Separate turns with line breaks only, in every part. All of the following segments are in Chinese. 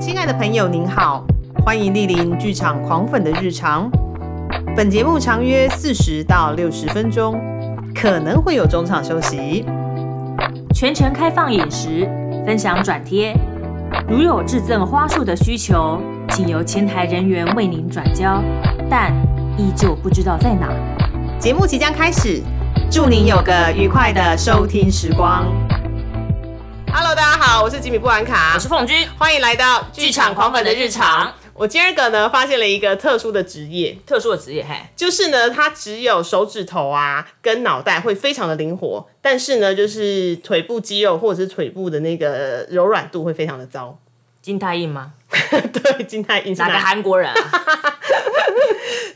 亲爱的朋友，您好，欢迎莅临剧场狂粉的日常。本节目长约四十到六十分钟，可能会有中场休息。
全程开放饮食，分享转贴。如有致赠花束的需求，请由前台人员为您转交，但依旧不知道在哪。
节目即将开始，祝您有个愉快的收听时光。Hello，大家好，我是吉米布兰卡
我，是凤君，
欢迎来到剧场狂粉的日常。我今儿个呢，发现了一个特殊的职业，
特殊的职业，嘿，
就是呢，它只有手指头啊跟脑袋会非常的灵活，但是呢，就是腿部肌肉或者是腿部的那个柔软度会非常的糟。
金泰印吗？
对，金泰英
哪个韩国人啊？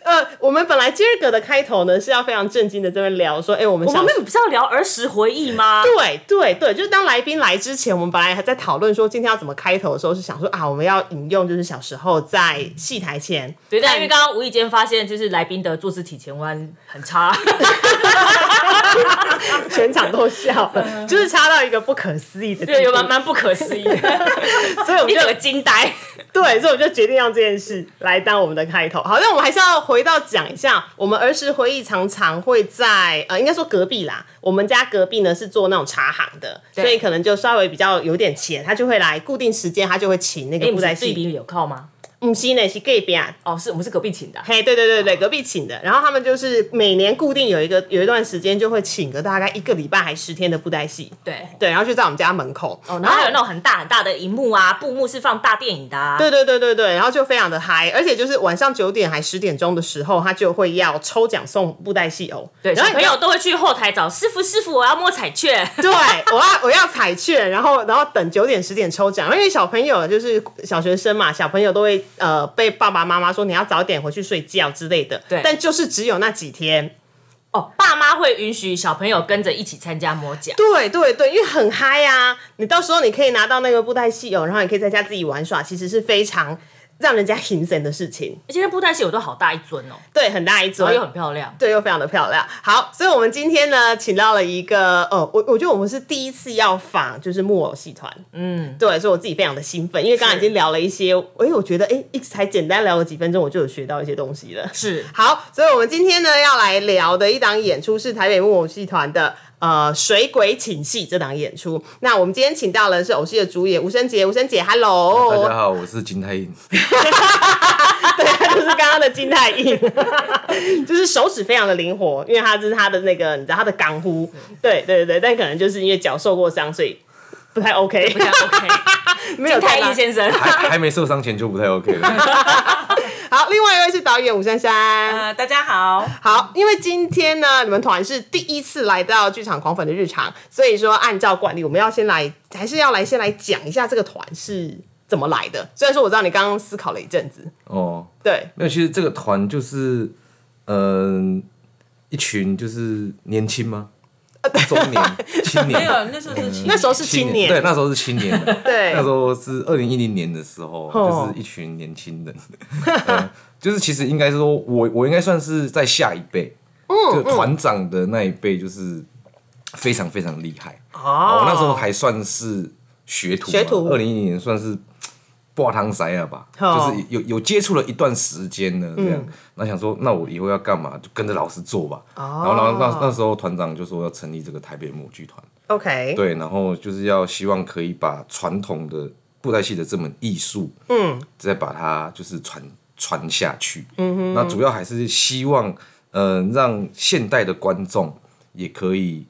呃，我们本来今儿个的开头呢是 要非常震惊的这边聊说，哎、我 们
我
小
们不是要聊儿时回忆吗？
对对对，就是当来宾来之前，我们本来还在讨论说今天要怎么开头的时候，是想说啊，我们要引用就是小时候在戏台前，
对，但因为刚刚无意间发现，就是来宾的坐姿体前弯很差，
全场都笑了， 就是差到一个不可思议的地 步，
对，有蛮蛮不可思议 的，
所以我们
一
就
整个惊呆。
对，所以我们就决定用这件事来当我们的开头。好，那我们还是要回到讲一下，我们儿时回忆常常会在呃，应该说隔壁啦，我们家隔壁呢是做那种茶行的，
对
所以可能就稍微比较有点钱，他就会来固定时间，他就会请那
哎
个
你
布
们
袋
是对
戏。
比有靠吗？
嗯，是呢，是 gay 边。
哦，是我们是隔壁请的啊，
嘿，对对对对，隔壁请的。然后他们就是每年固定有一个有一段时间就会请个大概一个礼拜还十天的布袋戏，
对。
对，然后就在我们家门口。
哦，然后还有那种很大很大的荧幕啊，布幕是放大电影的、啊，
对对对对对，然后就非常的嗨，而且就是晚上九点还十点钟的时候，他就会要抽奖送布袋戏偶。
对，
然
小
后
朋友都会去后台找师傅，师傅我要摸彩券，
对，我要我要彩券，然后然后等九点十点抽奖，因为小朋友就是小学生嘛，小朋友都会呃被爸爸妈妈说你要早点回去睡觉之类的。
对
但就是只有那几天。
哦，爸妈会允许小朋友跟着一起参加摸奖，
对对对，因为很嗨呀、啊，你到时候你可以拿到那个布袋戏偶，然后你可以在家自己玩耍，其实是非常让人家 心神的事情。
而且那布袋戏有都好大一尊哦，
对，很大一
然后
尊
又，很漂亮，
对，又非常的漂亮。好，所以我们今天呢，请到了一个，呃，我我觉得我们是第一次要访，就是木偶戏团，
嗯，
对，所以我自己非常的兴奋，因为刚刚已经聊了一些，哎，我觉得，哎，一才简单聊了几分钟，我就有学到一些东西 了。
是
好，所以我们今天呢要来聊的一档演出是台北木偶戏团的呃《水鬼请戏》这档演出。那我们今天请到的是偶戏的主演吴生杰，吴生杰，Hello，
哦大家好，我是金泰 英。
对，他就是刚刚的金泰印， 就是手指非常的灵活，因为他就是他的那个，你知道他的港呼，
嗯
对对对，但可能就是因为脚受过伤，所以不太 OK，
不太 OK，
没有
金
太
泰
大
英先生，
还还没受伤前就不太 OK 了。
好，另外一位是导演吴珊珊。
呃，大家 好，
好，因为今天呢，你们团是第一次来到剧场狂粉的日常，所以说按照惯例，我们要先来，还是要来先来讲一下这个团是怎么来的。虽然说我知道你刚刚思考了一阵子，
哦，
对，
没有，其实这个团就是，嗯、一群就是年轻吗？中 年、青
没有
年，，
那时候是
那时候是青年，
对，那时候是青年的，
对
那时候是二零一零年的时候，
哦
就是一群年轻人， 嗯就是其实应该是说，我我应该算是在下一辈，
嗯
就团长的那一辈，就是非常非常厉害。
哦
哦，那时候还算是学徒嘛，
学徒
二零一零年算是挂汤塞了吧，
哦
就是有有接触了一段时间呢，这
嗯
样，那、想说那我以后要干嘛，就跟着老师做吧。
哦
然后，然后那那时候团长就说要成立这个台北木偶剧团，
，OK，
对，然后就是要希望可以把传统的布袋戏的这门艺术，嗯，再把它就是传传下去。嗯哼，那主要还是希望，嗯、让现代的观众也可以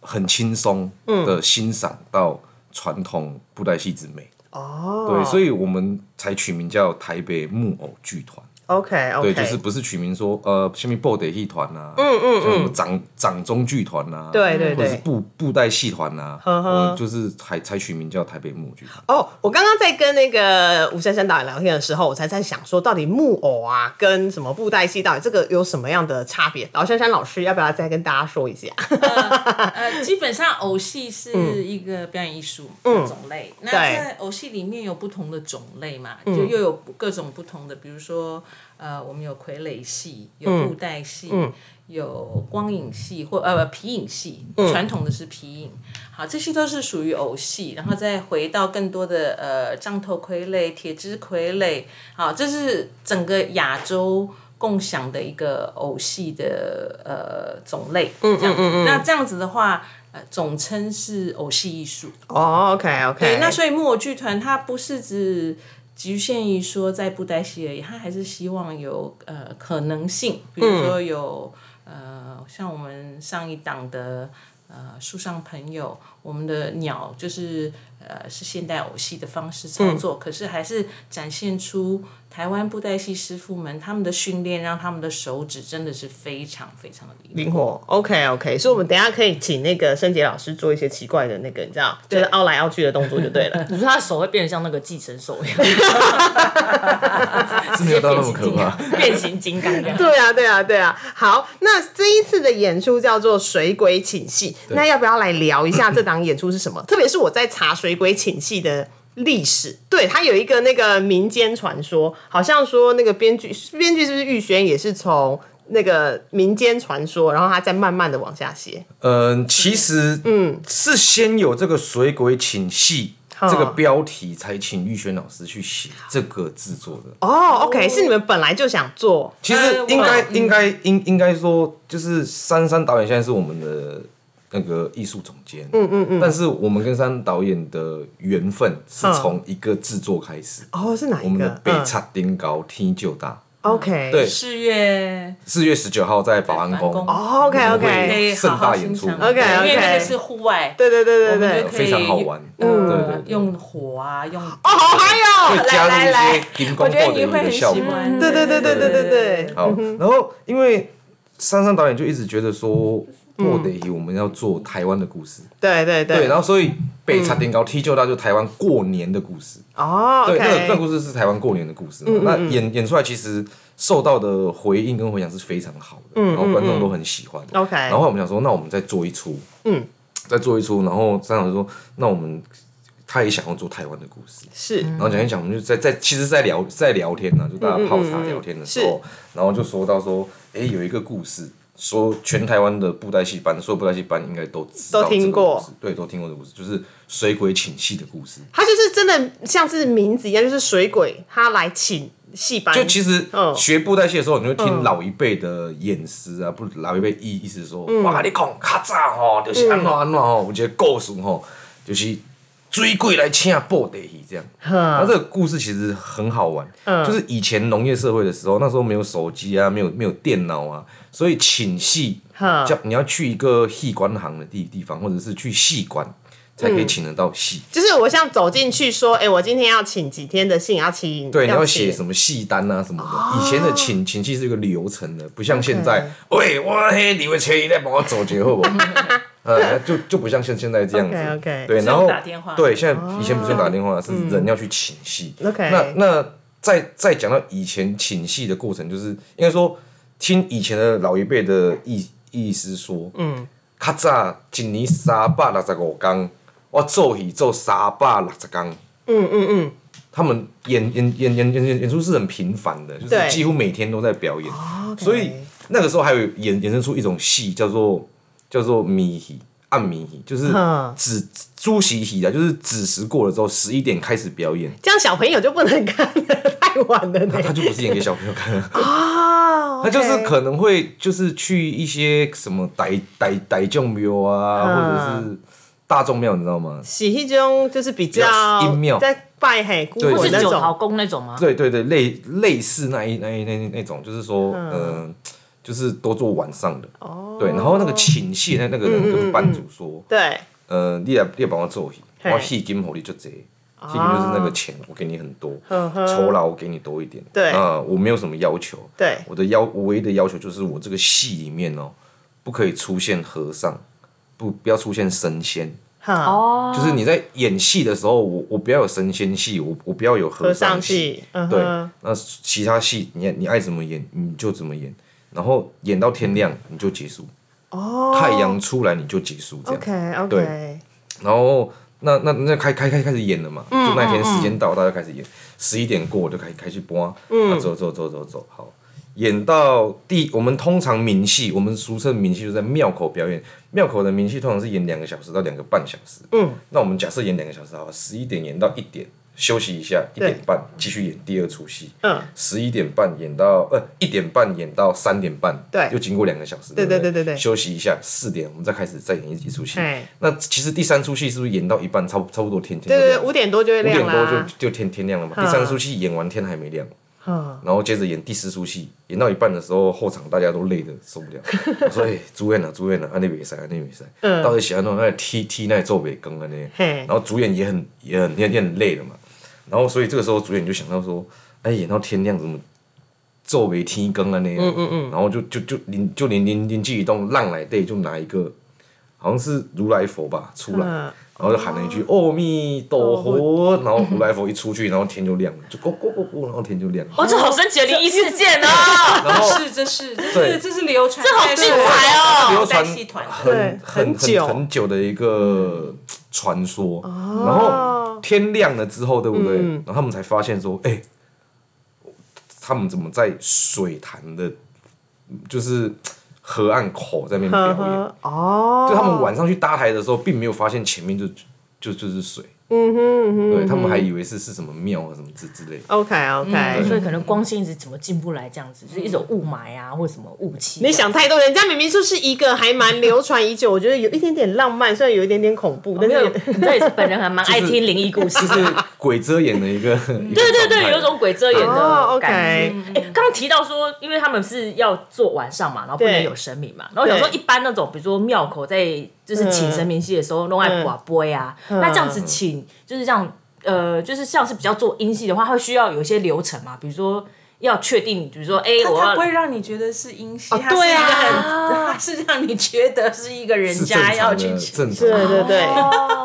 很轻松的欣赏到传统布袋戏之美。
哦，
对，所以我们才取名叫台北木偶剧团。
OK OK，
对，就是不是取名说呃，什么布袋戏团啊，嗯嗯嗯，什么掌掌中剧团啊，
对对
或者是
对
布布袋戏团啊，
呵呵
我们就是才才取名叫台北木偶剧团。
哦，我刚刚在跟那个吴珊珊导演聊天的时候，我才在想说，到底木偶啊跟什么布袋戏到底这个有什么样的差别？老珊珊老师要不要再跟大家说一下？
嗯
呃，基本上偶戏是一个表演艺术的种
嗯
类。那在偶戏里面有不同的种类嘛，就又有各种不同的，比如说呃，我们有傀儡戏，有布袋戏，
嗯
有光影戏或呃皮影戏，
嗯
传统的是皮影。好，这些都是属于偶戏，然后再回到更多的呃杖头傀儡、铁枝傀儡。好，这是整个亚洲。共享的一个偶戏的呃种类，这样子。那这样子的话，呃，总称是偶戏艺术。
哦，OK OK，
对，那所以木偶剧团它不是只局限于说在布袋戏而已，它还是希望有呃可能性，比如
嗯
说有、呃像我们上一档的呃树上朋友，我们的鸟就是呃是现代偶戏的方式操
嗯
作，可是还是展现出台湾布袋戏师傅们他们的训练，让他们的手指真的是非常非常的灵
灵活，OK OK，所以我们等一下可以请那个申杰老师做一些奇怪的那个，你知道，就是凹来凹去的动作就对了。
你说他的手会变得像那个寄生兽一样，
是没有到那么可怕。
变形金刚一样。
对啊，对啊，对啊。好，那这一次的演出叫做《水鬼请戏》，那要不要来聊一下这档演出是什么？特别是我在查《水鬼请戏》的历史，对它有一个那个民间传说，好像说那个编剧，编剧是不是玉轩也是从那个民间传说，然后他再慢慢的往下写。
嗯，其实嗯是先有这个“水鬼请戏”这个标题，才请玉轩老师去写这个制作的。
哦，OK，是你们本来就想做，
其实应该、应该应应该说，就是珊珊导演现在是我们的那个艺术总监，嗯嗯嗯。但是我们跟珊导演的缘分是从一个制作开始，
哦，是哪
我
一
们的
个？
北叉丁高天就大，
嗯、，OK，
对
四月
四月十九号在保安
保安
宫
宫
哦，OK
可
OK，
以好
盛大
好
演
欣
出
赏。
OK，OK
因为那个是户外，
对对对对
我们
对
就，可以
非常好玩，嗯，对对
呃，
对。
用火啊，用
哦，好嗨哦！
会加入一
来
些
来
荧
我
光
觉得
后的
你
一
会
个
很
效
喜
果。
欢。嗯
对对对对对对对，
好，然后因为珊珊导演就一直觉得说，我得我们要做台湾的故事，
嗯
对对
对，
对，
然后所以北茶点高踢就到就台湾过年的故事，
嗯
哦
对，那个那个
，OK，
故事是台湾过年的故事嘛，那演演出来其实受到的回应跟回响是非常好的，
嗯
然后观众都很喜欢。
OK
然后我们想说，那我们再做一出，
嗯，
再做一出，然后珊老师说，那我们他也想要做台湾的故事，
是
然后讲一讲，我们就在在其实在聊在聊天呢、就
嗯
大家泡茶聊天的时候，然后就说到说，哎、有一个故事，说全台湾的布袋戏班，所有布袋戏班应该都知道
都听
这个
过
故事，对，都听过的故事，就是水鬼请戏的故事。
它就是真的像是名字一样，就是水鬼他来请戏班，
就其实
嗯
学布袋戏的时候，你会听老一辈的演师啊，不是老一辈意意思说，
嗯
我跟你讲，较早吼，就是安怎安怎吼，有一个故事吼，就是水鬼来请布袋戏这样。那这个故事其实很好玩，
嗯
就是以前农业社会的时候，那时候没有手机啊，没有没有电脑啊，所以请戏
嗯，
叫你要去一个戏馆行的地地方，或者是去戏馆才可以请得到戏。
就是我像走进去说，哎，我今天要请几天的信，要请
对，你要
请
写什么戏单啊什么的。以前的请请戏是一个流程的，不像现在，喂，我嘿，你会吹，你来帮我走节后不好？ 呃，就就不像现现在这样子。
OK，OK
对，
是
然后
用打电话
对，现在以前不是用打电话，是人要去请戏。
OK
那那再再讲到以前请戏的过程，就是应该说听以前的老一辈的意意思说，嗯，较早一年三百六十五天，我做戏做三百六十天。
嗯
他们演演演演演演演出是很频繁的，就是
对哦
几乎每天都在表演，所以那个时候还有衍衍生出一种戏叫做叫做迷戏。暗迷戏就是
哼
子朱席戏啊，就是子时过了之后，十一点开始表演，
这样小朋友就不能看了，太晚了
他
呢。
就不是演给小朋友看了，
哦，
他就是
可
可能会就是去一些什么傣傣傣众庙
嗯
啊，或者是大众庙，你知道吗？
喜剧中就是比
比
较
较阴庙
在拜嘿孤
对
魂
是
那
九桃
种，
宫那种吗？
对对对，类类似那一那一那一那种，就是说，嗯、就是多做晚上的。哦。嗯对，然后那个请戏那那个人跟班主说，
对，
呃，你来你来帮我做戏，
嘿
我戏金给你就这，戏金就是那个钱，我给你很多，酬劳我给你多一点。
对
那我没有什么要求。
对
我的要我唯一的要求就是我这个戏里面哦，不可以出现和尚，不不要出现神仙。
哈，
哦，
就是你在演戏的时候，我我不要有神仙戏，我我不要有和
合上
尚
戏，嗯
对
哼，
那其他戏你你爱怎么演你就怎么演，然后演到天亮你就结束，
哦
太阳出来你就结束这样。
，OK OK，
对然后那那那开开开开始演了嘛，
嗯
就那天时间到，大家开始演，十一点过我就开开去播，
嗯
啊走走走走走，好，演到第我们通常民戏，我们俗称民戏就在庙口表演，庙口的民戏通常是演两个小时到两个半小时，嗯，那我们假设演两个小时好了，十一点演到一点。休息一下，一点半继续演第二出戏。
嗯，
十一点半演到呃一点半演到三点半，
对
又经过两个小时。
对
对
对
不
对对对
休息一下，四点我们再开始再演一一出戏
哎。
那其实第三出戏是不是演到一半，差不差不多天天
对
都
对对，
亮了
五点多就会
五
亮
点多
啦
就。嗯就天天亮了嘛。第三出戏演完天还没亮，
嗯
然后接着演第四出戏，演到一半的时候，后场大家都累得受不了， 所以主演啊主演啊，安内比赛安内比赛，到底喜欢弄那踢踢那做尾更啊那，
嗯嘿
然后主演也很也很也很累了嘛，然后所以这个时候主演就想到说，哎，演到天亮怎么？做为天更啊那
嗯
样，然后就就就灵就连灵灵机一动，浪来对就拿一个，好像是如来佛吧出
嗯，
来，
哦
然后就喊了一句“阿弥陀佛”，然后如来佛一出去，然后天就亮了，就咕咕咕咕，然后天就
哦
亮了。
哇，这好神奇的灵异事件哦！
然后
是，这是这
对
是这是流传，
这好精彩哦
流传
带戏团的
对
很很
很久
很很久的一个传说，然后天亮了之后，对不对？然后他们才发现说，哎，他们怎么在水潭的，就是河岸口在那边表
呵
演？
呵，哦，
就他们晚上去搭台的时候，并没有发现前面就就就是水。嗯哼对他们还以为是是什么庙啊什么之之类的。
OK
嗯
OK，
所以可能光线一直怎么进不来，这样子就是一种雾霾啊，或者什么雾气。
你想太多，人家明明就是一个还蛮流传已久，我觉得有一点点浪漫，虽然有一点点恐
哦
怖，但
没 有，
是
这也是本人还蛮爱听灵异故事。
就是鬼遮眼的一个，对
对对对，有一种鬼遮眼
哦
的
，OK
感觉。哎，刚刚提到说，因为他们是要做晚上嘛，然后不能
对
有神明嘛，然后我想说，
对
一般那种比如说庙口在就是请神明戏的时候，弄爱寡杯啊，那这样子请就是这样，呃，就是像是比较做音戏的话，会需要有一些流程嘛，比如说要确定，比如说哎，
它
我
它不
要
会让你觉得是阴戏，它是
对
一个
啊
很，它是让你觉得是一个人
是正
家要
常
去
的，
请
正常
对对
的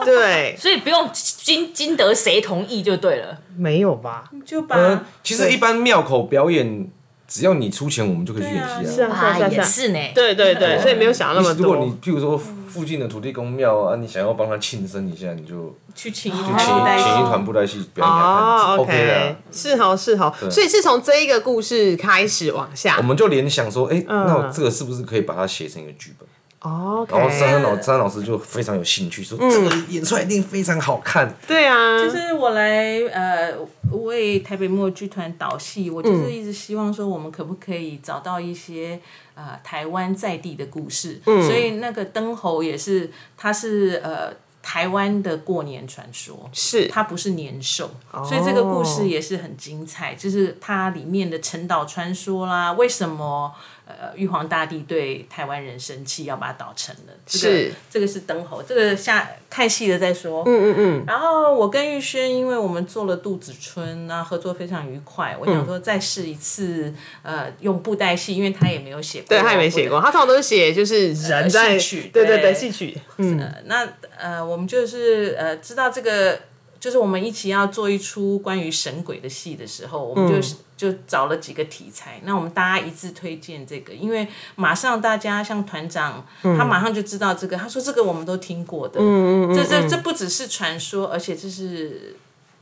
对对，
所以不用经经得谁同意就对了。
没有吧？
就
嗯
把，
其实一般庙口表演，只要你出钱，我们就可以去演戏
是
啊。
啊是啊是
也
啊
是呢。
对对对，啊所以没有想那么
如果你
多。
譬如说附近的土地公庙啊，你想要帮他庆生一下，你就
去请一
就请
团
一
带
请一
戏。
团布袋戏表演给他看
哦
是，OK 的啊。
是好是好，所以是从这一个故事开始往下
我。们就联想说，哎，那我
嗯
这个是不是可以把它写成一个剧本？
哦
然后
OK，
珊珊老珊珊老师就非常有兴趣，说这个演出来一定非常好看。
对啊，
就是我来呃为台北木偶剧团导戏，我就是一直希望说我们可不可以找到一些呃台湾在地的故事，
嗯
所以那个灯猴也是，它是呃台湾的过年传说，
是哦
它不是年兽，所以这个故事也是很精彩，就是它里面的陈岛传说啦，为什么呃玉皇大帝对台湾人生气要把它导成了？这个、
是
这个是灯猴，这个下看戏了再说。嗯嗯嗯。然后我跟玉轩，因为我们做了杜子春啊，合作非常愉快，我想说再试一次，呃，用布袋戏，因为他也没有写过，
对他也没写过，
布袋。
他通常都是写就是人在
呃戏曲
对对对
对
戏曲，嗯
呃那呃，我们就是呃，知道这个，就是我们一起要做一出关于神鬼的戏的时候，我们就是。就找了几个题材，那我们大家一致推荐这个，因为马上大家像团长，他马上就知道这个，他说这个我们都听过的，嗯嗯嗯这这这不只是传说，而且这是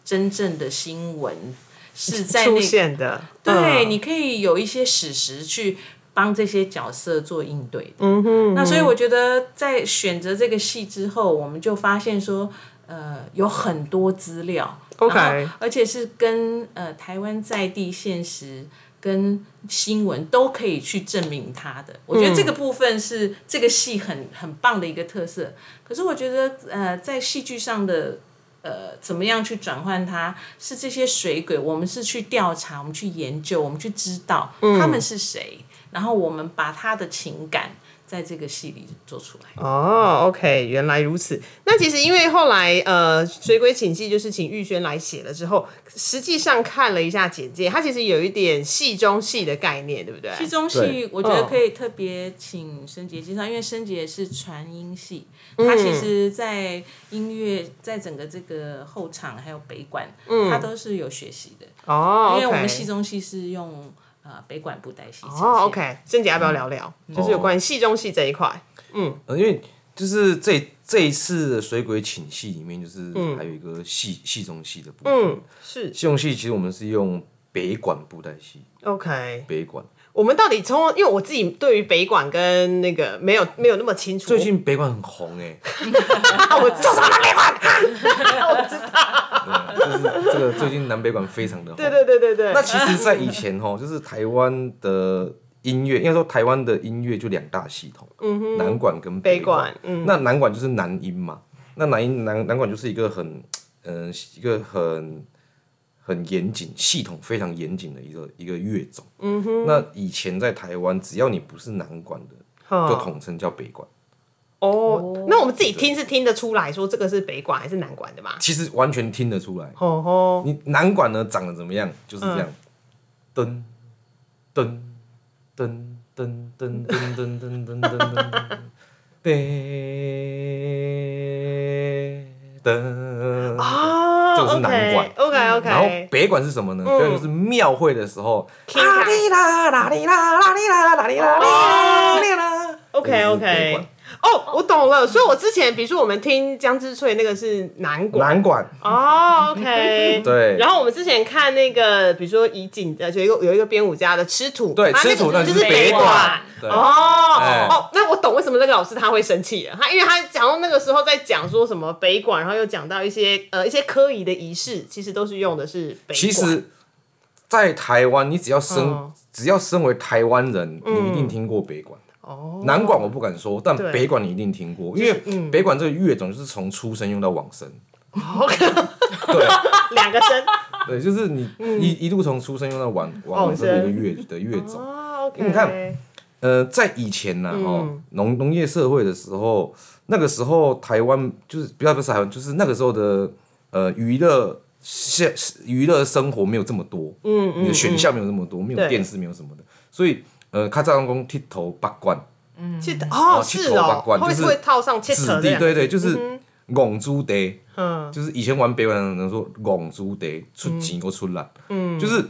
真正的新闻，是在那
出
个
现的，
对，
嗯
你可以有一些史实去帮这些角色做应对的。嗯哼那所以我觉得在选择这个戏之后，我们就发现说，呃，有很多资料
OK
然后而且是跟呃台湾在地现实。跟新闻都可以去证明它的，我觉得这个部分是这个戏很很棒的一个特色。可是我觉得，呃，在戏剧上的呃，怎么样去转换它？是这些水鬼，我们是去调查，我们去研究，我们去知道他们是谁，然后我们把他的情感在这个戏里做出来。
哦，OK，原来如此。那其实因为后来呃，《水鬼请记》就是请玉轩来写了之后，实际上看了一下简介，它其实有一点戏中戏的概念，对不对？
戏中
对
戏，我觉得可以特别请申杰介绍，因为申杰是传音系，
嗯
他其实在音乐，在整个这个后场还有北管，他都是有学习的，
哦
因
嗯，OK，
为我们戏中戏是用呃北管布袋戏呈现。
哦，OK，森姐要不要聊聊？就是有关于戏中戏这一块。
呃因为就是这这一次的水鬼请戏里面，就是还有一个戏戏中戏的部分。
嗯是哦
戏中戏其实我们是用北管布袋戏，
OK。
北管
我们到底从，因为我自己对于北管跟那个没有没有那么清楚，
最近北管很红哎、
啊，我做什么北管？
就是这个最近南北管非常的红。
对对对对对，
那其实，在以前哦， 就是台湾的音乐，应该说台湾的音乐就两大系统，南管跟
嗯北
管。
管嗯
那南管就是南音嘛，那南音南南管就是一个很，嗯、一个很很严谨、系统非常严谨的一个一个乐种。嗯哼。那以前在台湾，只要你不是南管的，就
哦
统称叫北管。
哦，那我们自己听是听得出来说这个是北管还是南管的嘛？
其实完全听得出来，
哦吼，
你南管呢长得怎么样，就是这样，
嗯
噔噔噔噔噔噔噔噔噔噔噔噔，噔
啊，
这个是南管
OK 嗯
然后
OK，
北管是什么呢？北管就是庙会的时候，
King Kong
啦哩啦啦哩啦啦哩啦啦哩啦啦哩啦。
哦 OK
这个是北
OK
管。
哦，我懂了，所以我之前比如说我们听江之翠那个是南管，
南管
哦，OK，
对
然后我们之前看那个，比如说以景的，就有一个有一个编舞家的吃土，啊
对
他那个
吃土那
就是是
北
管。
管对
哦、
哎
哦，那我懂为什么那个老师他会生气了。他因为他讲到那个时候在讲说什么北管，然后又讲到一些呃一些科仪的仪式，其实都是用的是北管。
其实，在台湾，你只要
嗯
身只要身为台湾人，你一定听过北管。南管我不敢说，但
哦对嗯
北管你一定听过，因为北管这个乐种就是从出生用到往生。
哦
对
两个声。
对，就是你
嗯
一一路从出生用到往往生的一个乐的乐种。
哦，OK，
你看呃，在以前呢、哦，农农业社会的时候，那个时候台湾就是不要不是台湾，就是那个时候的呃娱乐现娱乐生活没有这么多，嗯，你的选项没有这么多，没有
对
电视，没有什么的，所以呃，卡扎郎公剃头八冠，
切哦
哦去
是
头发
哦，
管
会
就是
会套上切扯
子
这
弟，
样。
对对，就是拱猪爹，
嗯，
就是以前玩北管人说拱猪得出钱或出力，嗯，就是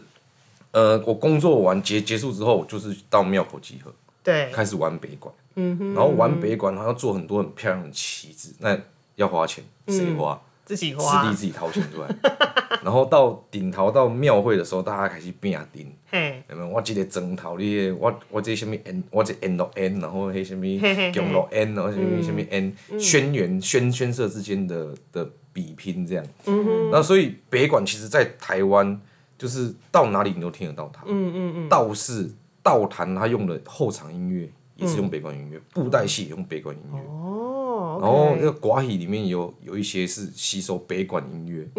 呃，我工作完结结束之后，我就是到庙口集合，
对，嗯
开始玩北管，然后玩北管，然后要做很多很漂亮的旗子，那要花钱，谁花？
自己
师
嗯花
弟，自己掏钱出来， 然后到顶头到庙会的时候，大家开始啊变丁，
嘿，
有没有？我这个砖头，你的我我这什么 N，我这 N 落 N，然后迄什
嘿嘿嘿
么强落 N，然后什么什么 N，轩辕宣宣社之间的的比拼这样。嗯那所以北管其实在台湾就是到哪里你都听得到它。嗯嗯嗯。道士道坛他用的后场音乐也是用北管音乐，布袋戏也用北管音乐。
哦，OK，
然后那个寡语里面有有一些是吸收北管音乐的、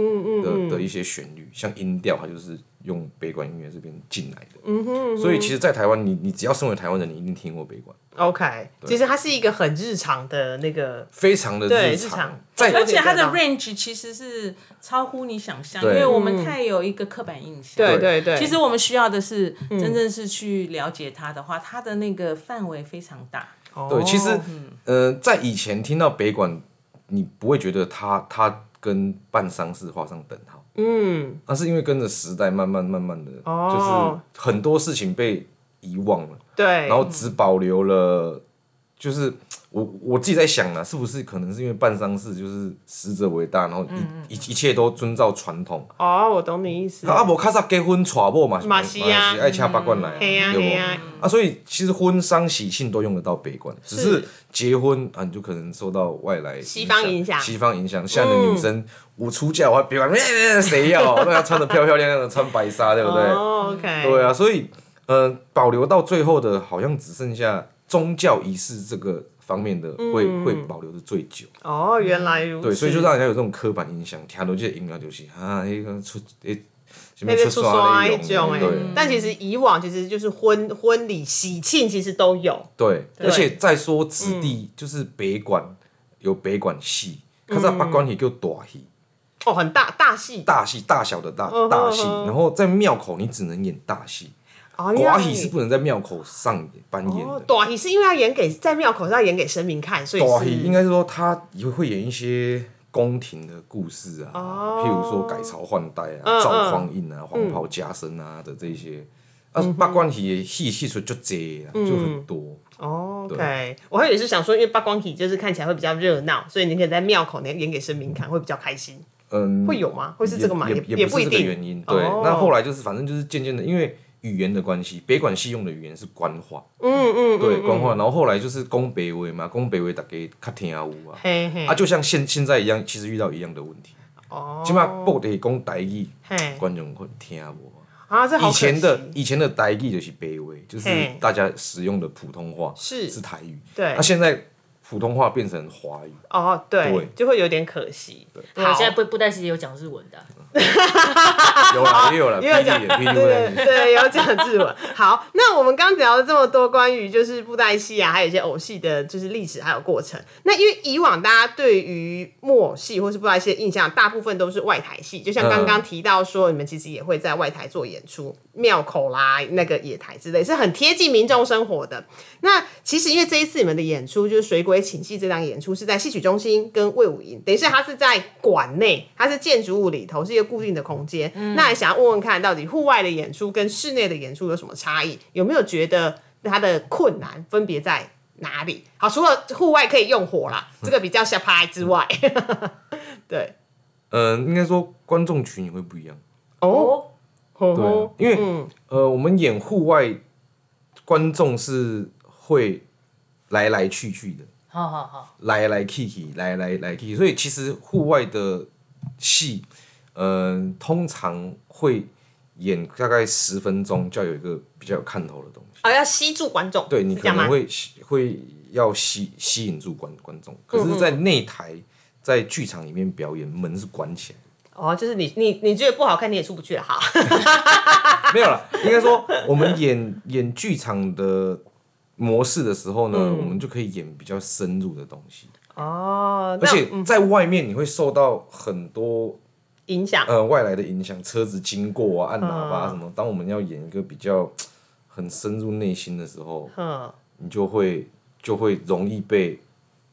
嗯
的一些旋律，像音调，它就是用北管音乐这边进来的。
嗯
所以其实，在台湾，你你只要身为台湾人，你一定听过北管，
OK，其实它是一个很日常的那个
非常的
对
日
日常
而
在
且它的
我
range 其实是超乎你想象，因
对
为我们太有一个刻板印象。
嗯对嗯对
对
对，
其实我们需要的是，真正是去了解它的话，它的那个范围非常大。
对，其
哦
实呃，在以前听到北管，你不会觉得它它跟办丧事画上等号。嗯，那、是因为跟着时代慢慢慢慢的，
哦
就是很多事情被遗忘了。
对，
然后只保留了，就是我我自己在想啊，是不是可能是因为办丧事就是死者为大，然后一、
嗯
一一切都遵照传统。
哦，我懂你意思。
啊，无较早结婚娶某嘛，
嘛是啊
爱请八管来啊，
嘿呀嘿
对
呀
不？啊，所以其实婚丧喜庆都用得到北管，只是结婚啊，你就可能受到外来
西方影响嗯
西方影响，现在的女生我出嫁我还别管， 谁要？那要穿的漂漂亮亮的，穿白纱，对不对？
哦，OK，
对啊，所以呃，保留到最后的，好像只剩下宗教仪式这个方面的会、会保留的最久。
嗯哦，原来如此。
对，所以就让人家有这种刻板印象，听到这音乐就是啊，那个出诶，什么
那边
出
出
山
刷
的
一
那
种哎
对、，
但其实以往其实就是婚婚礼喜庆其实都有，
对，而且再说子
嗯
弟、就是北管有北管戏，可是北管戏叫大戏，
哦，很大大戏，
大戏大小的大
嗯哼
大戏，
嗯哼
然后在庙口你只能演大戏，
哦，因为
寡戏是不能在庙口上演扮演
哦
的，。
大戏是因为要演给在庙口是要演给神明看，所以
大
是
戏啊应该是说他也会演一些宫廷的故事啊，
哦
譬如说改朝换代啊、
嗯
赵匡胤啊、黄袍加身啊的这些啊，八关戏的戏戏数就多
嗯
啦，就很多。
哦 OK，我还以为是想说，因为八光体就是看起来会比较热闹，所以你可以在庙口那演给神明看，会比较开心。
嗯，
会有吗？会是
也
这个吗？
也
也
不
一
是这个
定。
原因。对，
哦
那后来就是反正就是渐渐的，因为语言的关系，北管系用的语言是官话，
嗯嗯，嗯
对，官话。然后后来就是攻北维嘛，攻北维大家较听有啊，
嘿嘿，
啊，就像现现在一样，其实遇到一样的问题。
哦，
起码报地讲台语，
嘿
观众会听无。
啊，这好
以
可惜
前的以前的台语就是北维，就是
嘿
大家使用的普通话
是
是台语。啊
对
那现在普通话变成华 语，
哦，对
对，
就会有点可惜。
对
好
现在布布袋戏也有讲日文的啊，
有啦也有啦，
也有讲
霹雳也霹
对
雳
对 对，有讲日文。好，那我们刚聊了这么多关于就是布袋戏啊，还有一些偶戏的，就是历史还有过程。那因为以往大家对于木偶戏或是布袋戏的印象，大部分都是外台戏，就像刚刚提到说，你们其实也会在外台做演出，庙口啦、那个野台之类，是很贴近民众生活的。那其实因为这一次你们的演出就是《水鬼请戏》这档演出是在戏曲中心跟魏武营，等于是它是在馆内，它是建筑物里头是一个固定的空间。那也想要问问看，到底户外的演出跟室内的演出有什么差异？有没有觉得它的困难分别在哪里？好，除了户外可以用火啦，这个比较下拍之外， 对，
嗯，应该说观众群也会不一样。
哦，
哦，
对啊，因为、
嗯
呃，我们演户外，观众是会来来去去的，
好好好，
来来去去，来来来去去，所以其实户外的戏，嗯、通常会演大概十分钟，就要有一个比较有看头的东西。
啊，要吸住观众，
对你
是这
可
样吗
能？会吸会要吸吸引住观观众，可是，在内台在剧场里面表演，门是关起来的。
哦，就是你你你觉得不好看，你也出不去了，好，
没有了，应该说我们演演剧场的模式的时候呢，我们就可以演比较深入的东西，
哦，
而
那
且在外面你会受到很多
影响。
呃外来的影响，车子经过啊，按喇叭啊什么。当我们要演一个比较嘖很深入内心的时候，
嗯，
你就会就会容易被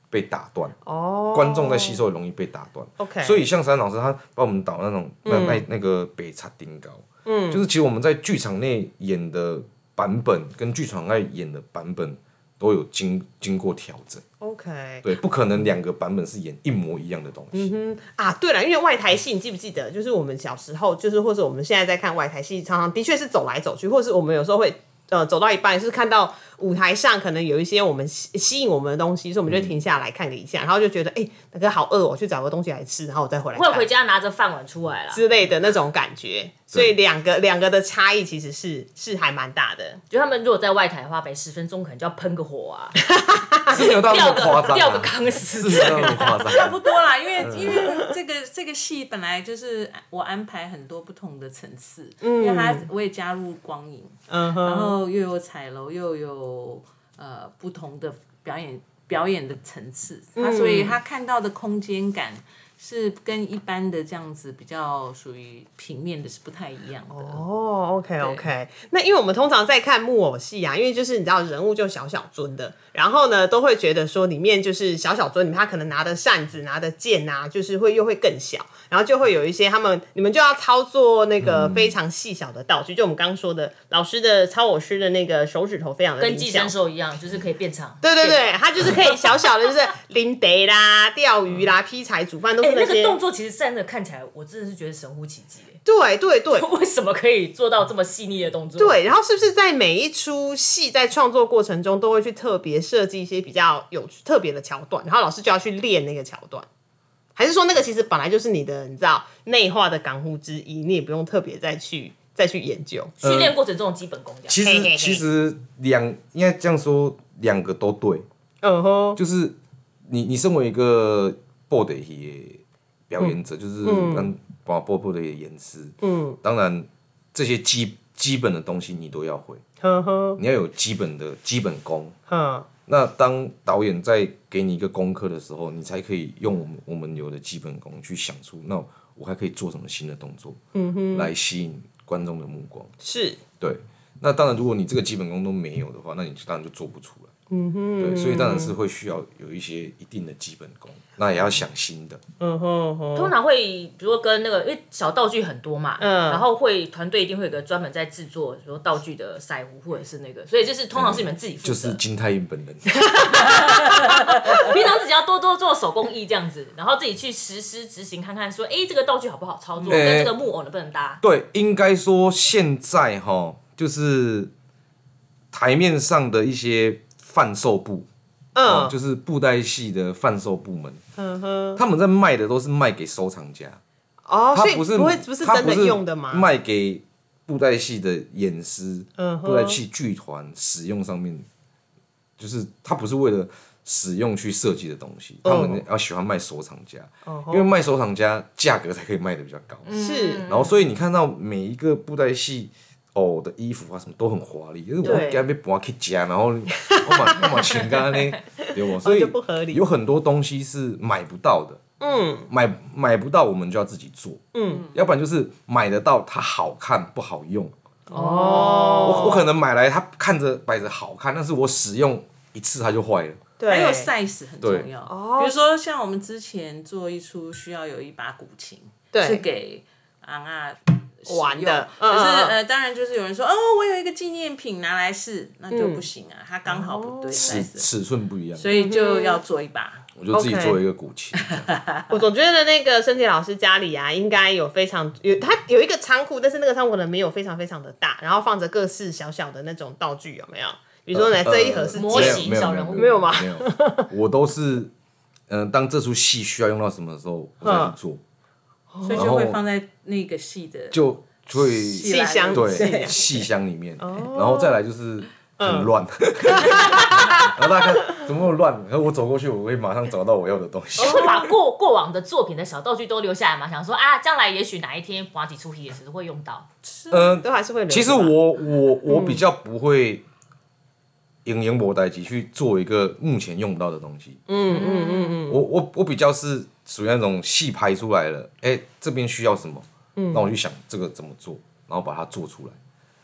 被打断，
哦，
观众在吸收也容易被打断。
OK，
所以像山老师他帮我们导那种那那那个北茶丁糕，嗯，就是其实我们在剧场内演的版本跟剧场外演的版本都有经经过调整，
OK
对，不可能两个版本是演一模一样的东西，
啊，对了，因为外台戏，你记不记得？就是我们小时候，就是或者我们现在在看外台戏，常常的确是走来走去，或是我们有时候会。呃，走到一半是看到舞台上可能有一些我们吸吸引我们的东西，所以我们
嗯
就停下来看了一下，然后就觉得哎、那个好饿哦，我去找个东西来吃，然后我再回来
会
看
回家拿着饭碗出来啦，
之类的那种感觉。所以两个两个的差异其实是是还蛮大的。
就他们如果在外台的话，每十分钟可能就要喷个火啊，
是没有到那
吊
么夸
个
张、
吊个
啊，
钢丝
是没有到那么夸
差
张。啊
不多啦，因为
嗯
因为这个这个戏本来就是我安排很多不同的层次，因为它我也加入光影，
嗯哼，
然后又有彩楼，又有呃不同的表演表演的层次，他
嗯
所以他看到的空间感是跟一般的这样子比较属于平面的是不太一样的。
哦，OK OK，那因为我们通常在看木偶戏啊，因为就是你知道人物就小小尊的，然后呢都会觉得说里面就是小小尊，里面他可能拿的扇子、拿的剑啊，就是会又会更小，然后就会有一些他们你们就要操作那
嗯
个非常细小的道具，就我们刚刚说的老师的操偶师的那个手指头非常的
跟
灵
寄
巧
生兽一样，就是可以变长。
对对对，他就是可以小小的，就是 拎得啦、钓鱼啦、劈柴、煮饭都
哎、
是
那
些。
个动作其实站着看起来，我真的是觉得神乎其技、 欸。
对对对，
为什么可以做到这么细腻的动作？，
对，然后是不是在每一出戏在创作过程中都会去特别设计一些比较有趣特别的桥段，然后老师就要去练那个桥段？还是说那个其实本来就是你的，你知道内化的港呼之一，你也不用特别再去再去研究？
训练过程中的基本功这样。
其
嘿嘿嘿
实其实两应该这样说，两个都对，
嗯哼，
就是你你身为一个 body 的表演者，就是
嗯
当把 body 的演示，嗯，当然这些基基本的东西你都要会，
嗯哼，嗯
你要有基本的基本功。
哼，
那当导演在给你一个功课的时候，你才可以用我们我们有的基本功去想出，那我还可以做什么新的动作，嗯哼，来吸引观众的目光。
是
对，那当然，如果你这个基本功都没有的话，那你当然就做不出来。嗯哼，对，所以当然是会需要有一些一定的基本功，那也要想新的。
哦通常会，比如说跟那个，因为小道具很多嘛，然后会团队一定会有个专门在制作，比如说道具的赛壶或者是那个，所以就是通常是你们自己负责，
嗯就是金泰英本人，
平常自己要多多做手工艺这样子，然后自己去实施执行看看说，哎这个道具好不好操作，跟这个木偶能不能搭，
对，应该说现在哈，就是台面上的一些贩售部，哦
嗯，
就是布袋戏的贩售部门，他们在卖的都是卖给收藏家，
哦，
他
所以
不是
不会不是
他
真的
不是
用的嘛？
卖给布袋戏的演师、
嗯
布袋戏剧团使用上面，就是他不是为了使用去设计的东西，他
哦
们要喜欢卖收藏家，因为卖收藏家价格才可以卖的比较高。
是
然后所以你看到每一个布袋戏。哦的衣服啊，什么都很华丽，就是我
对
给他被搬去家，然后 我把我把情感呢，对 我所以
哦就不合理
有很多东西是买不到的，嗯，买买不到我们就要自己做，嗯，要不然就是买得到它好看不好用，
哦，
我我可能买来它看着摆着好看，但是我使用一次它就坏了，
对，哦
还有 size 很重要。比如说像我们之前做一出需要有一把古琴，
对
是给昂啊使用
玩的
可是
嗯嗯嗯
呃，当然就是有人说哦，我有一个纪念品拿来试，那
嗯
就不行啊，它刚
哦
好不对
尺
size，
尺寸不一样，
所以就要做一把。
我就自己
OK
做一个古琴，
我总觉得那个申杰老师家里啊，应该有非常有他有一个仓库，但是那个仓库可能没有非常非常的大，然后放着各式小小的那种道具，有没有？比如说呢，
呃
哎这一盒是
呃
模
剑，
型
没有
小人物
没有吗
没有， 我都是嗯、呃当这出戏需要用到什么的时候，我再去做，
哦所以就会放在那个戏的
就会
戏箱哦
对
对
戏箱里面，然后再来就是很乱，
嗯
然后大家看怎么那么乱，然后我走过去，我会马上找到我要的东西。
哦
会把过过往的作品的小道具都留下来嘛，想说啊，将来也许哪一天滑几出戏也是会用到。
嗯，
都还是会留着吧。
其实我我我比较不会用英博代机去做一个目前用不到的东西。嗯嗯嗯嗯，我我我比较是属于那种戏拍出来了，哎、这边需要什么，那我去想这个怎么做，然后把它做出来。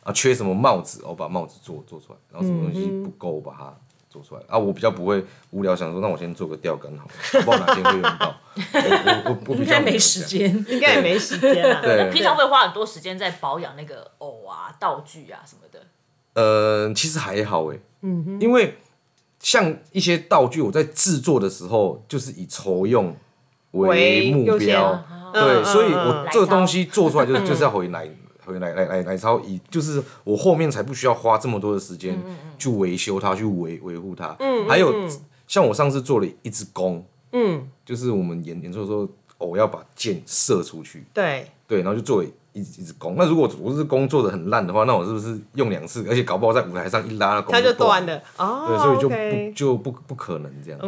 啊，缺什么帽子，我把帽子做做出来，然后什么东西不够，我把它做出来。啊，我比较不会无聊，想说那我先做个钓竿好了，我不知道哪天会用到。我我我我比
应
较
该
没
没
有
时
这样。
间，
应该也没时间啊啦。
对，
平常会花很多时间在保养那个偶啊、道具啊什么的。
呃，其实还好哎，嗯，因为像一些道具，我在制作的时候就是以筹用为
为
目
优先
标
啊，
对，
嗯
所以
嗯
我
嗯
这个东西做出来就是就是要回来回来来来来超以，就是我后面才不需要花这么多的时间去维修它，去维维护它，嗯，还有像我上次做了一支弓，嗯，就是我们演演出的时候，偶要把箭射出去，
对，
对，然后就做一一一只弓。那如果我是弓做的很烂的话，那我是不是用两次，而且搞不好在舞台上一拉，弓
它就断
了。
了哦。
对，所以就
OK 嗯
不就不不可能这样。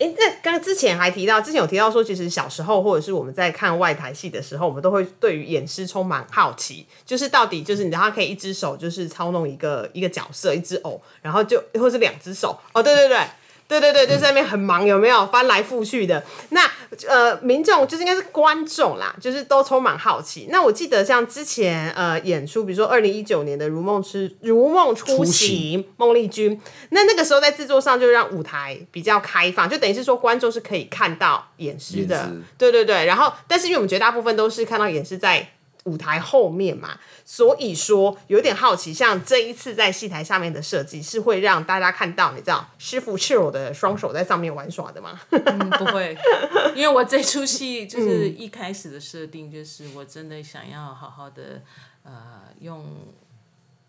哎，那刚之前还提到，之前有提到说，其实小时候或者是我们在看外台戏的时候，我们都会对于演师充满好奇，就是到底就是你知道他可以一只手就是操弄一个一个角色一只偶，然后就或是两只手哦，对对对。对对对，就在那边很忙，有没有翻来覆去的？那呃，民众就是应该是观众啦，就是都充满好奇。那我记得像之前呃演出，比如说二零一九年的《如梦之如梦出
出
席》，孟丽君，那那个时候在制作上就让舞台比较开放，就等于是说观众是可以看到演示的，
演示
对对对。然后，但是因为我们绝大部分都是看到演示在舞台后面嘛，所以说有点好奇，像这一次在戏台下面的设计是会让大家看到，你知道师傅赤裸的双手在上面玩耍的吗？
嗯 不会，因为我这出戏就是
嗯
一开始的设定，就是我真的想要好好的，呃，用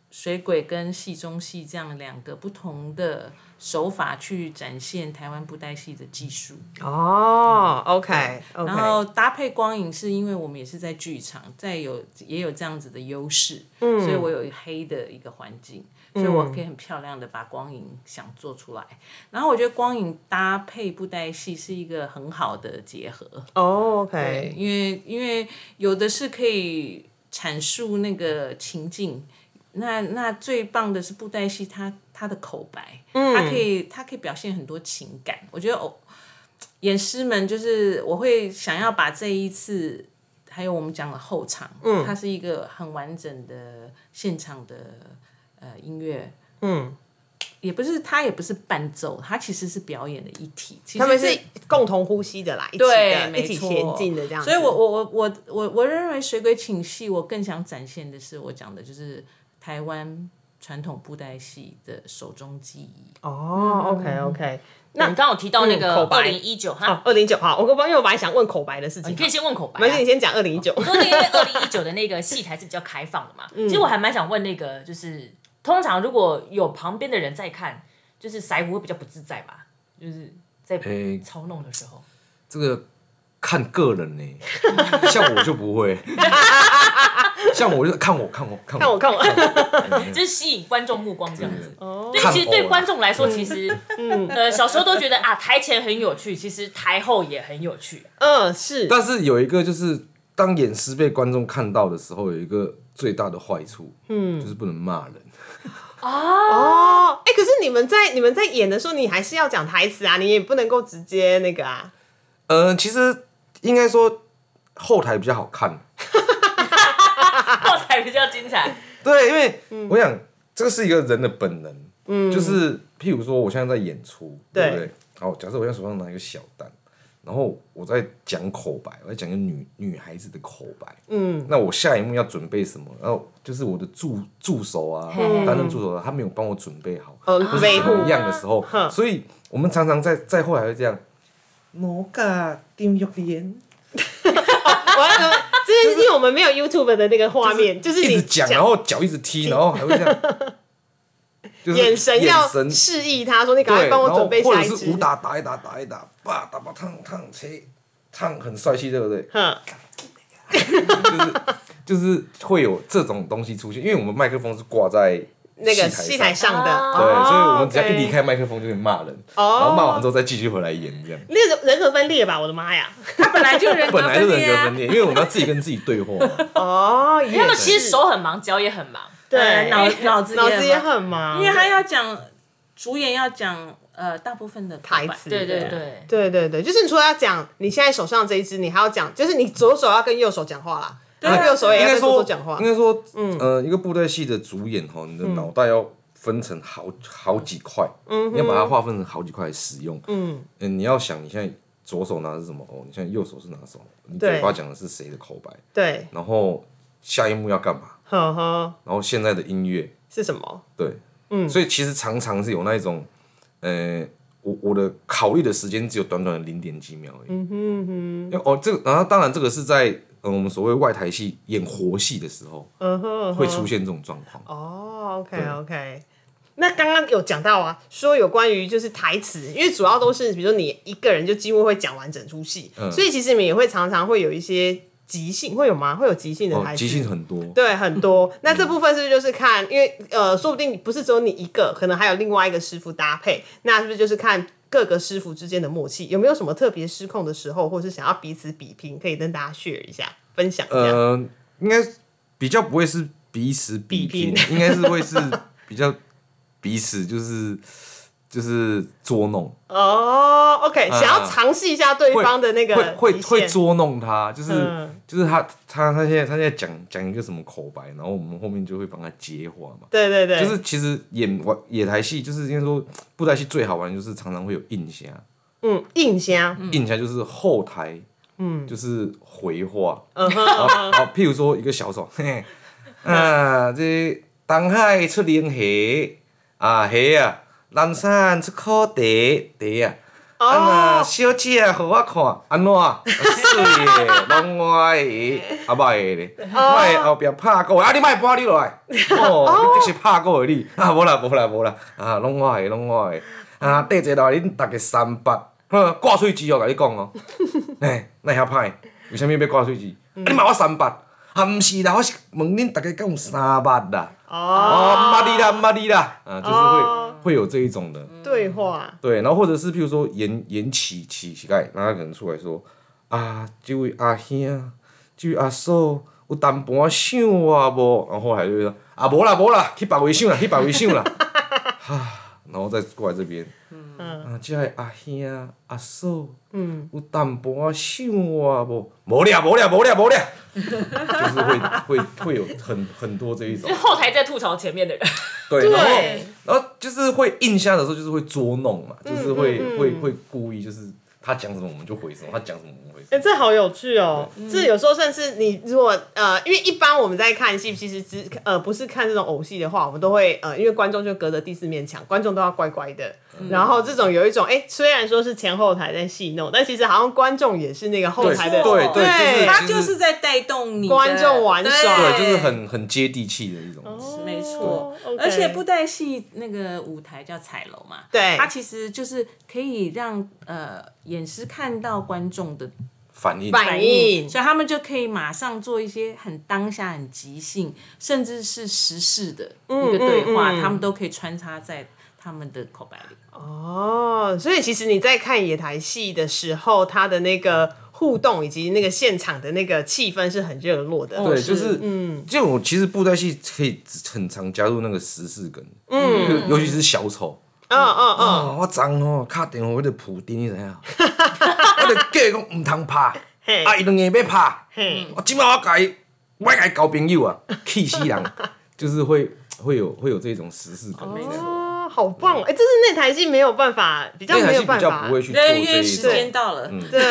水鬼跟戏中戏这样两个不同的手法去展现台湾布袋戏的技术。
哦，OK，
然后搭配光影，是因为我们也是在剧场，在有也有这样子的优势，所以我有黑的一个环境，所以我可以很漂亮的把光影想做出来。然后我觉得光影搭配布袋戏是一个很好的结合，
哦
对
，OK，
因为因为有的是可以阐述那个情境，那那最棒的是布袋戏，它它的口白，
嗯
它可以它可以表现很多情感。我觉得哦，演师们就是我会想要把这一次。还有我们讲的后场，嗯，它是一个很完整的现场的呃音乐，
嗯，
也不是它也不是伴奏，它其实是表演的一体，其实
他们是共同呼吸的啦，一起
对，
的，
没
一起
错
前进的这样子。
所以我我我我我我认为水鬼请戏，我更想展现的是我讲的就是台湾传统布袋戏的手中技艺。
哦，OK OK，那
你刚刚有提到那
嗯
个
口白
二零一九
好
嗯
哈，，
啊二零九号，我跟朋友本来想问口白的事
哦
情
你，可以先问口白、
没事，
啊
你。先讲二零一九。
不过因为二零一九的那个戏台是比较开放的嘛，
嗯
其实我还蛮想问那个，就是通常如果有旁边的人在看，就是腮胡会比较不自在嘛，就是在
诶
操弄的时候，
这个看个人呢、像我就 不会，像我就看我看我看
看我 看我，
嗯
就是吸引观众目光这样子。对，
看
其实
偶啊
对
啦嗯
观众来说，其实呃小时候都觉得啊台前很有趣，其实台后也很有趣。
嗯，是
但是有一个就是，当演示被观众看到的时候，有一个最大的坏处，嗯，就是不能骂人。
哦，哎，可是你们在你们在演的时候，你还是要讲台词啊，你也不能够直接那个 啊。
呃，其实应该说后台比较好看，
后台比较精彩。
对，因为我想这个是一个人的本能，嗯，就是譬如说我现在在演出，对不
对
对？好，假设我现在手上拿一个小单，然后我在讲口白，我在讲一个女女孩子的口白，嗯，那我下一幕要准备什么？然后就是我的助助手啊，
嗯
担任助手的他没有帮我准备好，
嗯，维护
一样的时候，所以我们常常在在后来会这样。我噶张玉莲
我要说，这是因为我们没有 YouTube 的那个画面，就是你
一直讲，然后脚一直踢，然后还会这 样，就是
眼神
眼
要
神
示意他说：“你赶快
对，然
帮
后
我准备
或
下
者
一
是
支
武。打打一打打一打，爸打把烫烫切烫很帅气，对不对”？
哼，
就是就是会有这种东西出现，因为我们麦克风是挂在
那个
戏
戏
台
台
上。
上
啊
的
对，所以我们只要
OK
一离开麦克风就会骂人，
哦
然后骂完之后再继续回来演 这样。
那个人格分裂吧，我的妈呀！
它本来就人格
本来就
分
人
裂
格
啊
分，裂，因为我们要自己跟自己对话嘛。
哦，
他
也
们其实手很忙，脚也很忙。
哎
对，
脑
脑
脑
哎
子
脑子也
很
很
忙，
忙，
因为他要讲主演要讲呃大部分的口白
台词
对对对，
对对对，就是你说要讲你现在手上这一支，你还要讲，就是你左手要跟右手讲话啦，然后右手也
应
要
该
跟左手
说
讲话嗯
应。该说，呃，一个布袋戏的主演哈，你的脑袋要分成好好几块，
嗯
你要把它划分成好几块来使用。嗯，你要想你现在左手拿的是什么？哦，你现在右手是拿什么？你
对
嘴巴讲的是谁的口白？
对，
然后下一幕要干嘛？
呵呵，
然后现在的音乐，
是什么？
对，嗯，所以其实常常是有那一种，呃，我我的考虑的时间只有短短的零点几秒而已。嗯哼哼。因为哦，这个，然后当然这个是在嗯我们所谓外台戏演活戏的时候，
嗯哼，嗯哼
会出现这种状况。
哦，OK
对
OK。那刚刚有讲到啊，说有关于就是台词，因为主要都是比如说你一个人就几乎会讲完整出戏，
嗯
所以其实你们也会常常会有一些即兴，会有吗？会有即兴的
哦
台，词？
即兴很多。
对，很多。
嗯
那这部分是不是就是看，因为呃，说不定不是只有你一个，可能还有另外一个师傅搭配，那是不是就是看各个师傅之间的默契，有没有什么特别失控的时候，或是想要彼此比拼，可以跟大家 share 一下，分享一下。
呃，应该比较不会是彼此比拼
比，拼
应该是会是比较彼此就是就是捉弄。
哦、o k 想要尝试一下对
会
方的那个
呃会会
极
会
限
捉弄他，就是、
嗯
就是他他他现在他现在讲讲一个什么口白，然后我们后面就会帮他接话嘛。
对对对，
就是其实演完野台戏，就是应该说布袋戏最好玩，就是常常会有印象，
嗯，硬箱，
印象就是后台，嗯，就是回话，
嗯
然后然后譬如说一个小丑，嘿，啊，这东海出龙虾，啊虾啊，南山出烤茶茶啊。啊那小姐，互我看，安怎？啊水诶，拢我诶，啊歹诶咧，我诶后壁拍鼓，啊你莫搬你落来，哦，你这是拍鼓诶你，啊无啦无啦无啦，啊拢我诶拢我诶，啊缀者来恁逐个三八，哼，挂喙齿哦，甲你讲哦，哎，那遐歹，为啥物要挂喙齿？啊你骂我三八，啊毋是啦，我是问恁逐个敢有三八啦，哦，毋捌你啦毋捌你啦，啊就是
哦
会会有这一种的。
对话，
对，然后或者是譬如说延延起起乞丐，然后他可能出来说啊，这位阿兄，这位阿嫂，有淡薄仔想我无？然后后来就会说啊，无啦无啦，去别位想啦，去别位想啦， 哈，然后再过来这边，啊，这个阿啊兄阿嫂，有淡薄仔想我无？无俩无俩无俩无俩， 就是会会会有很很多这一种
就，后台在吐槽前面的人，
对，然后
对
然后就是会印象的时候，就是会捉弄嘛，就是会、会会故意就是他讲什么我们就回什么，他讲什么我们回什
哎、
么。
这好有趣哦！
嗯
这有时候甚至你如果呃，因为一般我们在看戏，其实只呃不是看这种偶戏的话，我们都会呃，因为观众就隔着第四面墙，观众都要乖乖的。
嗯
然后这种有一种哎、虽然说是前后台在戏弄，但其实好像观众也是那个后
对
台的。
对对，
对
就是
他
其实
就是在带动你的
观众玩耍
对，就是很很接地气的一种。
没错
哦，，OK
而且布袋戏那个舞台叫彩楼嘛，
对
它其实就是可以让呃演师看到观众的
反应，
反应
所以他们就可以马上做一些很当下、很即兴，甚至是时事的一个对话，
嗯嗯
他们都可以穿插在他们的口白里。
哦，所以其实你在看野台戏的时候，它的那个互动以及那个现场的那个气氛是很热络的。
对，
是
就是嗯，这种其实布袋戏可以很常加入那个时事梗，嗯，尤其是小丑。
嗯嗯嗯，
哦，我昨吼敲电话，我就普丁，你知影？ 我就叫伊讲毋通拍，
嘿
啊，伊两硬要拍。
嘿，
我今摆我甲伊，我甲伊交朋友啊，气死人！就是会会有会有这种时事梗，没错。
哦，好棒！哎、这是那台戏没有办法，比较
那
没
台
有
戏
办
比较
法
不。会去做
对，因
这
为
一
时间
种，
到了，
对，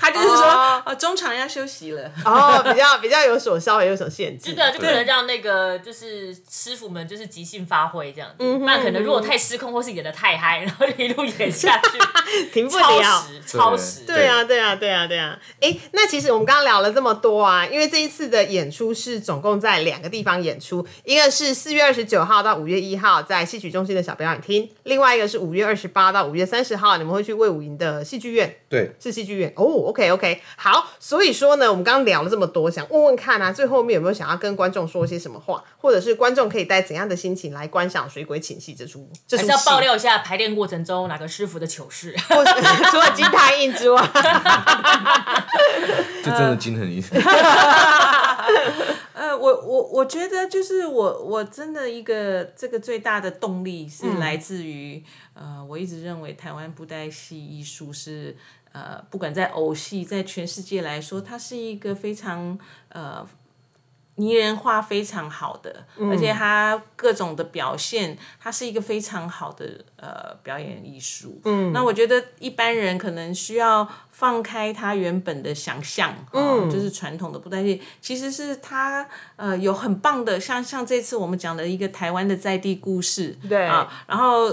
他就是说，
哦
呃，中场要休息了。
哦，比较比较有所稍微有所限制。
真啊的就不能让那个就是师傅们就是即兴发挥这样子，不然可能如果太失控或是演的太嗨，然后就一路演下去，
停不
超
了。
时超时。
对啊，对啊，对啊，对啊。哎、那其实我们刚刚聊了这么多啊，因为这一次的演出是总共在两个地方演出，一个是四月二十九号到五月一号在戏曲中心的小表演厅，另外一个是五月二十八到五月三十号，你们会去魏武营的戏剧院。
对，
是戏剧院哦，OK，OK、o k OK，好，所以说呢，我们刚刚聊了这么多，想问问看啊，最后面有没有想要跟观众说些什么话，或者是观众可以带怎样的心情来观赏《水鬼请戏》这出这
还
出
是要
戏
爆料一下排练过程中哪个师傅的糗事，
或是除了金泰印之外，
就真的金
嗯
很一。
呃，我我我觉得就是我我真的一个这个最大的动力是来自于、呃，我一直认为台湾布袋戏艺术是呃，不管在偶戏在全世界来说，它是一个非常呃拟人化非常好的，而且它各种的表现，它是一个非常好的呃表演艺术。嗯，那我觉得一般人可能需要放开他原本的想象，哦、就是传统的布袋戏，其实是它呃有很棒的，像像这次我们讲的一个台湾的在地故事，
对
啊，然后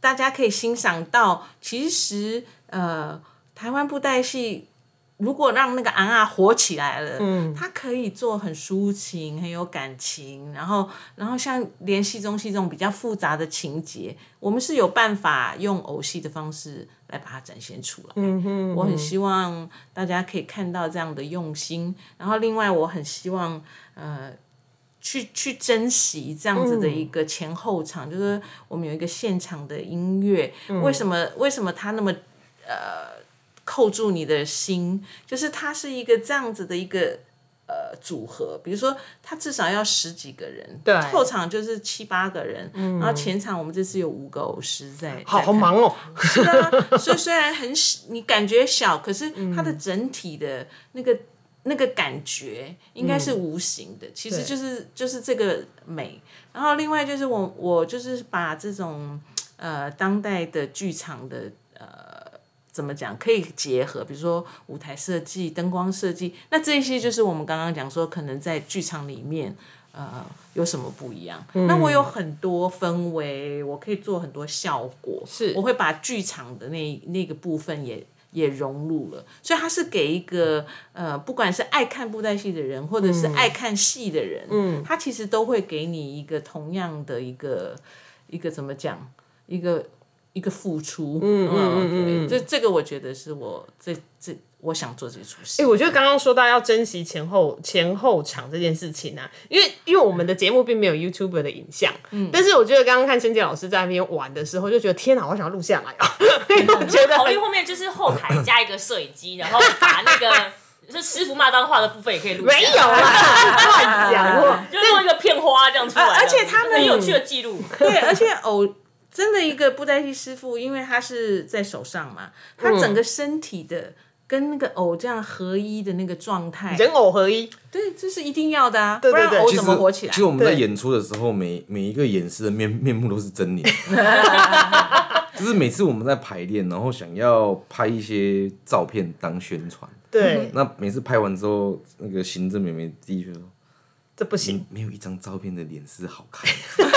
大家可以欣赏到，其实呃台湾布袋戏如果让那个昂啊火起来了，嗯，它可以做很抒情、很有感情，然后然后像连戏中戏这种比较复杂的情节，我们是有办法用偶戏的方式来把它展现出来。嗯哼我很希望大家可以看到这样的用心，然后另外我很希望呃。去去珍惜这样子的一个前后
嗯
场，就是我们有一个现场的音乐，为什么为什么它那么呃扣住你的心，就是它是一个这样子的一个呃组合，比如说它至少要十几个人，
对嗯
后场就是七八个人，然后前场我们这次有五个偶师在，
好
在
好
看
忙哦。
是啊，所以虽然很小，你感觉小，可是它的整体的那个、那个感觉应该是无形的，其实就是就是这个美。然后另外就是我我就是把这种呃当代的剧场的呃怎么讲可以结合，比如说舞台设计、灯光设计，那这些就是我们刚刚讲说可能在剧场里面。呃，有什么不一样？那我有很多氛围，我可以做很多效果，
是
我会把剧场的那那个部分也也融入了，所以它是给一个呃，不管是爱看布袋戏的人，或者是爱看戏的人，嗯，他其实都会给你一个同样的一个一个怎么讲，一个一个付出，嗯嗯嗯，这这个我觉得是我这这我想做这出戏，
哎、我觉得刚刚说到要珍惜前后前后场这件事情啊，因为因为我们的节目并没有 YouTube 的影像，但是我觉得刚刚看申杰老师在那边玩的时候，就觉得天哪，我想要录下来啊，因为我觉得
考
很
虑后面就是后台加一个摄影机，然后把那个 就师傅骂脏话的部分也可以录下来。
没有啦， 乱讲话。
就弄一个片花这样出来的，
而且他们
很有趣的记录，
对，而且偶
嗯
真的一个布袋戏师傅，因为他是在手上嘛，他整个身体的跟那个偶这样合一的那个状态，
人偶合一，
对，这是一定要的啊，
对
不然
对
偶
其
怎
实
么火起来
其实？我们在
对
演出的时候，每每一个演师的面面目都是狰狞， 就是每次我们在排练，然后想要拍一些照片当宣传，
对，
那每次拍完之后，那个行政妹妹第一句说
这不：“行，
你没有一张照片的脸是好看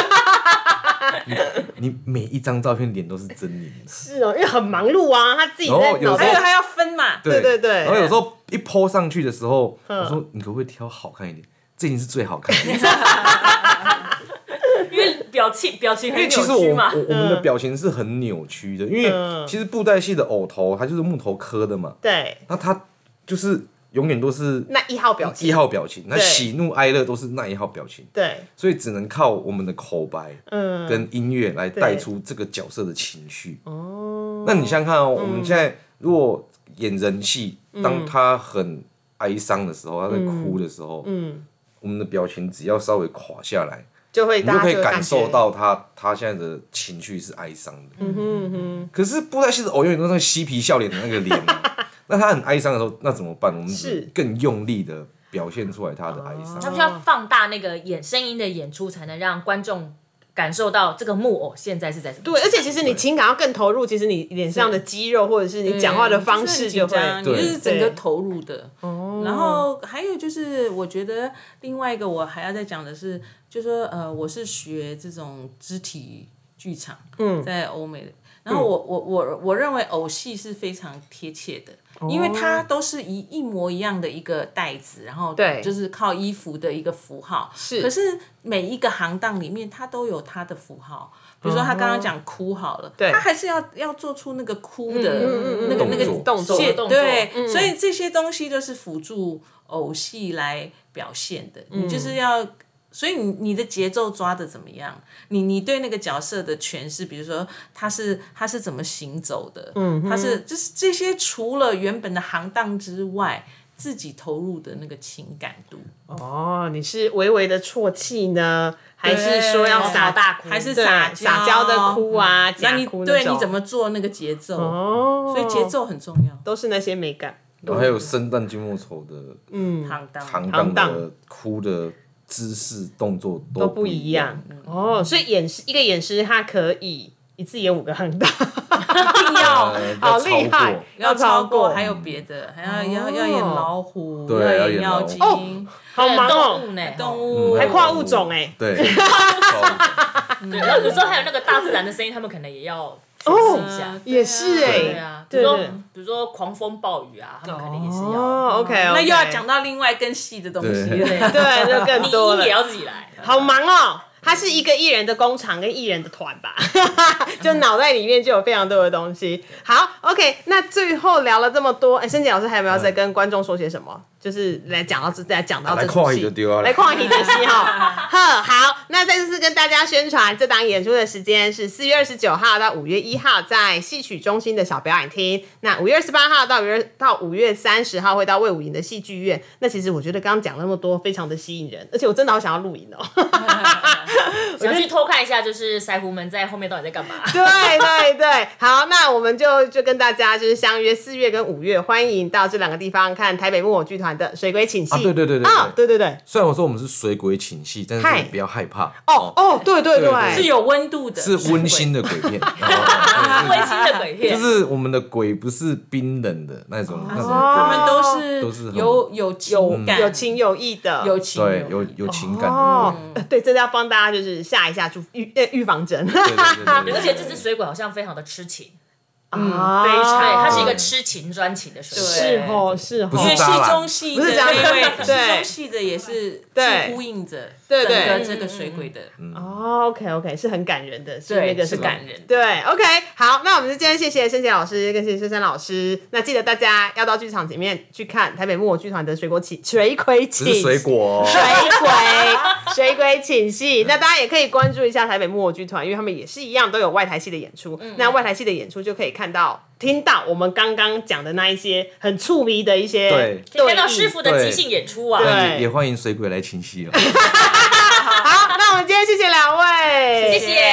的，你你每一张照片脸都是狰狞的。”
是哦，因为很忙碌啊，他自己在
然后哦有
脑
时
还
候
有
袋
还要分嘛，
对对对
然后有时候一抛上去的时候，我说你可不可以挑好看一点？这已经是最好看的。
因为表情表情
因
很
为其
扭
实我
曲嘛
我。我们的表情是很扭曲的，因为其实布袋戏的偶头它就是木头刻的嘛，
对
那它就是永远都是
那一号表情
一，号表情，那
对
喜怒哀乐都是那一号表情，
对，
所以只能靠我们的口白
嗯，
跟音乐来
对
带出这个角色的情绪。哦，那你想想看哦，我们现在如果演人戏，当他很哀伤的时候，他在哭的时候，
嗯，
我们的表情只要稍微垮下来，
就会
你就
大家
可以
会
感
觉，
受到他他现在的情绪是哀伤的。
嗯哼嗯哼，
可是布袋戏的偶永远都是那个嬉皮笑脸的那个脸啊， 那他很哀伤的时候，那怎么办？我们只
是哦
能更用力的表现出来他的哀
他
伤。
们需要放大那个演声音的演出，才能让观众感受到这个木偶现在是在什么
对，而且其实你情感要更投入，其实你脸上的肌肉或者是你讲话的方式就会
是很紧张
对
你就是整个投入的。
哦
然后还有就是，我觉得另外一个我还要再讲的是，就说呃，我是学这种肢体剧场，嗯，在欧美的。然后我我我我认为偶戏是非常贴切的，因为它都是一一模一样的一个袋子，然后
对
就是靠衣服的一个符号。
是
可是每一个行当里面，它都有它的符号。比如说他刚刚讲哭好了，
对
他还是要要做出那个哭的
嗯嗯嗯
那个那个
动作
动作
谢动
动
作
对，所以这些东西都是辅助偶戏来表现的，你就是要。所以你你的节奏抓的怎么样？你你对那个角色的诠释，比如说他是他是怎么行走的，嗯，他是就是这些除了原本的行当之外，自己投入的那个情感度，
哦，你是微微的啜泣呢，还是说要撒
撒大哭
还是
对
撒
撒娇的哭啊，
那
假
你
哭
对你怎
么
么做那个节奏？
哦？
所以节奏很重要。
都是那些美感，
然后还有生旦净末丑的
嗯
行当
行
行
当
当
的哭的姿势动作
都
都
不一
一
样。
嗯
哦。所以演示一个演师他可以一次演五个行当，
要
好
要
厉
超
害
过，
要超过，还
有
有别的，还要要要演老虎，
对
要
要
演
演
妖
老虎
精、
好忙
动物
哦，
呢？
动
嗯
物，
还跨物种哎
对， 超
对，然后有时候还有那个大自然的声音，他们可能也要
哦
试一下。
也是
对
哎，
啊，比
对
如说
对
比如说狂风暴雨啊，他们可能也是要。
哦，OK，
那又要讲到另外更细的东西
对
了。
对，就 更多
你
了
也。要自己来，
好忙哦！它是一个艺人的工厂跟艺人的团吧， 就脑袋里面就有非常多的东西。好，OK，那最后聊了这么多，哎、申姐老师还有没有再跟观众说些什么？就是来讲到这，再讲到这
啊来
出
看
戏
戏就对了
来看戏的戏 哈。呵，好，那再次跟大家宣传，这档演出的时间是四月二十九号到五月一号，在戏曲中心的小表演厅。那五月二十八号到五月到五月三十号会到魏武营的戏剧院。那其实我觉得刚刚讲那么多，非常的吸引人，而且我真的好想要录影哦。
想去偷看一下，就是腮胡们在后面到底在干嘛？
对对对，好，那我们就就跟大家就是相约四月跟五月，欢迎到这两个地方看台北木偶剧团的《水鬼请戏》
啊对对对对
啊，对对对，
虽然我说我们是水鬼请戏，但
嗨
是你不要害怕
哦， 哦，对对
对
对，
对
是有温度的，
是温馨的鬼 片，哦
温馨啊的鬼
对就
片，
是我们的鬼不是冰冷的那种，那种
他
哦
鬼
们都是
都是很
有有情感、
有情有义的，
有情
对
有
有
义
有情感，
哦，呃对，真的要帮大家就是下一下注预呃预防针，
对对对对对
而且这只水鬼好像非常的痴情，
啊
非常
哦
对，它是一
个
个痴情专情的水
对
鬼。
是哦是哦，
嗯不
因为
是
戏
渣男
中戏的
不是渣男
那位，
对
戏中戏的也是
对
是呼应着
对
整
对
个这个水鬼的，
哦，OK OK，是很感人的，是
对
那
哦
个
是
什么
感人的
对，OK，好，那我们就今天谢谢申杰老师跟谢谢珊珊老师，那记得大家要到剧场前面去看台北木偶剧团的水果起水鬼
只
请
是水果 哦，
水鬼水鬼请戏，那大家也可以关注一下台北木偶剧团，因为他们也是一样都有外台戏的演出。那外台戏的演出就可以看到、听到我们刚刚讲的那一些很触迷的一些
对
对
看到
弈
师傅的即兴演出啊，
对
也也欢迎水鬼来请戏哦。
好，那我们今天谢谢两位，
谢谢。